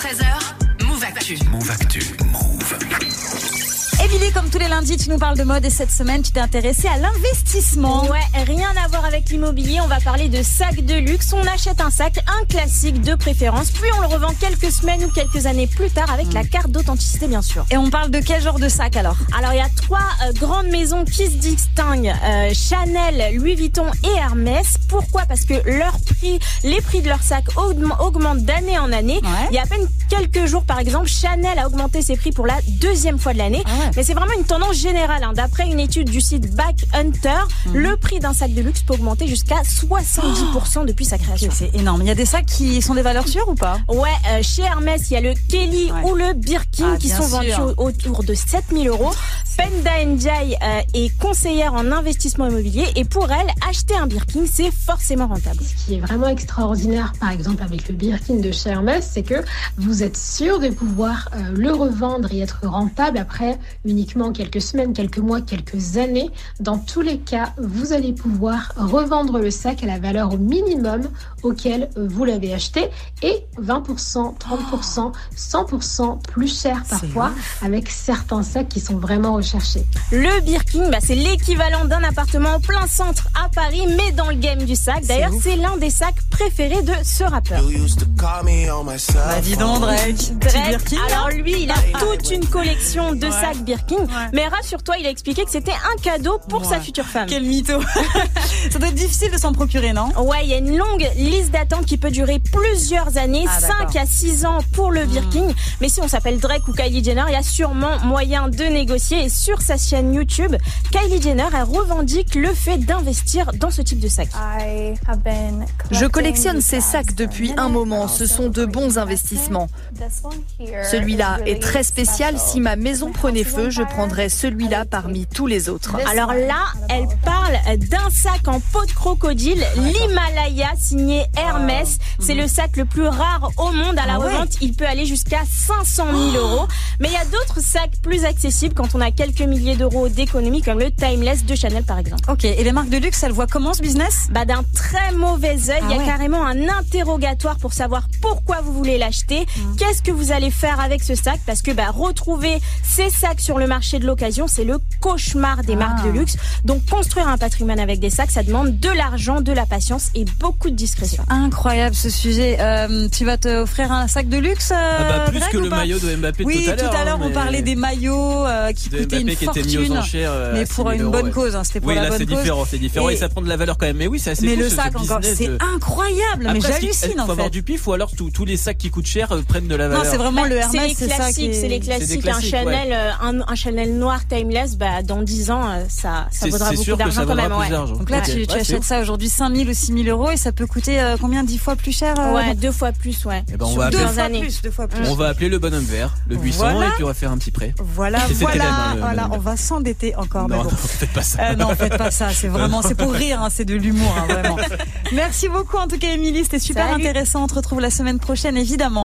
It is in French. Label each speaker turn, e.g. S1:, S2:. S1: 13h, Move Actu.
S2: Move Actu. Move.
S3: Émilie, comme tous les lundis, tu nous parles de mode et cette semaine, tu t'es intéressée à l'investissement.
S4: Ouais, rien à voir avec l'immobilier, on va parler de sac de luxe. On achète un sac, un classique de préférence, puis on le revend quelques semaines ou quelques années plus tard avec la carte d'authenticité bien sûr.
S3: Et on parle de quel genre de sac alors
S4: Alors il y a trois euh, grandes maisons qui se distinguent, euh, Chanel, Louis Vuitton et Hermès. Pourquoi Parce que leur prix, les prix de leurs sacs augm- augmentent d'année en année.
S3: Ouais.
S4: Il y a à peine quelques jours par exemple, Chanel a augmenté ses prix pour la deuxième fois de l'année.
S3: Ah ouais.
S4: Mais c'est vraiment une tendance générale. hein. D'après une étude du site Backhunter,
S3: Mhm.
S4: le prix d'un sac de luxe peut augmenter jusqu'à 70% depuis sa création.
S3: Ok, C'est énorme. Il y a des sacs qui sont des valeurs sûres ou pas
S4: Ouais, euh, chez Hermès, il y a le Kelly
S3: Ouais.
S4: ou le Birkin
S3: Ah,
S4: qui
S3: bien
S4: sont
S3: sûr.
S4: vendus au- autour de 7000 euros. Penda Ndiaye euh, est conseillère en investissement immobilier et pour elle, acheter un Birkin, c'est forcément rentable.
S5: Ce qui est vraiment extraordinaire, par exemple avec le Birkin de chez Hermès, c'est que vous êtes sûr de pouvoir euh, le revendre et être rentable après uniquement quelques semaines, quelques mois, quelques années. Dans tous les cas, vous allez pouvoir revendre le sac à la valeur au minimum auquel euh, vous l'avez acheté et 20%, 30%, 100% plus cher
S3: C'est
S5: parfois avec certains sacs qui sont vraiment recherchés.
S4: Le Birkin, bah, c'est l'équivalent d'un appartement en plein centre à Paris, mais dans le game du sac. D'ailleurs, c'est l'un des sacs préférés de ce rappeur.
S6: You used to call me on my cell
S3: Bah dis donc, Drake. Petit
S4: Drake.
S3: Birkin, là.
S4: Alors lui, il a toute une collection de
S3: Ouais.
S4: sacs Birkin. Mais rassure-toi, il a expliqué que c'était un cadeau pour
S3: Ouais.
S4: sa future femme.
S3: Quel mytho Ça doit être difficile de s'en procurer, non
S4: Ouais, il y a une longue liste d'attente qui peut durer plusieurs années,
S3: Ah, d'accord. Hmm.
S4: 5 à 6 ans pour le Birkin. Mais si on s'appelle Drake ou Kylie Jenner, il y a sûrement moyen de négocier. Et sur sa chaîne YouTube, Kylie Jenner, elle revendique le fait d'investir dans ce type de sac.
S7: Je collectionne ces sacs depuis un moment. Ce sont de bons investissements. Celui-là est très spécial. Si ma maison prenait feu, je prendrais celui-là parmi tous les autres.
S4: Alors là, elle parle d'un sac en peau de crocodile, l'Himalaya, signé Hermès. C'est le sac le plus rare au monde à
S3: Mhm.
S4: la
S3: Ah ouais. Oh.
S4: revente. Il peut aller jusqu'à 500 000 euros. Mais il y a d'autres sacs plus accessibles quand on a quelques milliers d'euros d'économie, comme le Timeless de Chanel par exemple.
S3: Ok, et les marques de luxe, elles voient comment ce business
S4: Bah, d'un très mauvais œil,
S3: Ah
S4: il y a
S3: ouais.
S4: carrément un interrogatoire pour savoir pourquoi vous voulez l'acheter,
S3: Mmh.
S4: qu'est-ce que vous allez faire avec ce sac, parce que bah, retrouver ces sacs sur le marché de l'occasion, c'est le cauchemar des
S3: Ah.
S4: marques de luxe. Donc construire un patrimoine avec des sacs, ça demande de l'argent, de la patience et beaucoup de discrétion.
S3: Incroyable ce sujet. Euh, tu vas te offrir un sac de luxe euh,
S8: Ah bah, plus
S3: Drake,
S8: que
S3: ou
S8: le
S3: pas
S8: maillot de Mbappé
S3: Oui,
S8: tout à l'heure. hein,
S3: on
S8: mais-
S3: parlait des maillots euh, qui
S8: de
S3: coûtaient
S8: Mbappé
S3: une
S8: qui
S3: fortune.
S8: était mis aux enchères. euh,
S3: mais
S8: à
S3: pour
S8: 6
S3: une
S8: 000
S3: bonne
S8: euros, ouais.
S3: cause, hein, c'était pour
S8: Oui,
S3: la
S8: là c'est
S3: bonne cause.
S8: différent, c'est différent
S3: Et-
S8: et ça prend de la valeur quand même. Mais oui, ça c'est
S3: Mais
S8: cool,
S3: le
S8: ce-
S3: sac
S8: ce
S3: encore,
S8: business
S3: c'est
S8: de-
S3: incroyable, mais
S8: Après, est-ce qu'il-
S3: j'hallucine
S8: Faut
S3: en
S8: avoir
S3: fait.
S8: du pif ou alors tous tous les sacs qui coûtent cher euh, prennent de la valeur.
S3: Non, c'est vraiment le
S4: Bah, c'est
S3: Hermès,
S4: les
S3: c'est ça qui
S4: classiques,
S3: est-
S4: c'est les
S8: C'est des
S4: classiques. Un
S8: classiques,
S4: Chanel, euh, un, un Chanel noir timeless, bah, dans 10 ans, euh, ça, ça
S8: C'est-
S4: vaudra
S8: c'est
S4: beaucoup
S8: sûr que
S4: d'argent
S8: ça
S4: quand
S8: vaudra
S4: même.
S8: plus
S4: ouais.
S8: d'argent.
S3: Donc là, euh,
S8: Ok.
S3: tu, tu
S8: Ouais, bah, c'est
S3: achètes
S8: ouf.
S3: ça aujourd'hui 5000 ou 6000 euros et ça peut coûter euh, combien 10 fois plus cher euh,
S4: Ouais, deux fois plus, ouais.
S8: Eh ben, on
S4: Sur
S8: va
S4: deux
S3: Deux
S8: appeler-
S3: fois
S4: années.
S3: plus, deux fois plus.
S8: On va appeler le bonhomme vert, le buisson,
S3: Voilà.
S8: et puis on va faire un petit prêt.
S3: Voilà,
S8: Et c'était la main,
S3: voilà,
S8: le-
S3: voilà, on va s'endetter encore. mais
S8: non,
S3: bon.
S8: non, faites pas ça.
S3: Euh, non, faites pas ça, c'est vraiment, c'est pour rire, hein, c'est de l'humour, hein, vraiment. Merci beaucoup en tout cas, Émilie, c'était super
S4: Salut.
S3: intéressant. On te retrouve la semaine prochaine, évidemment.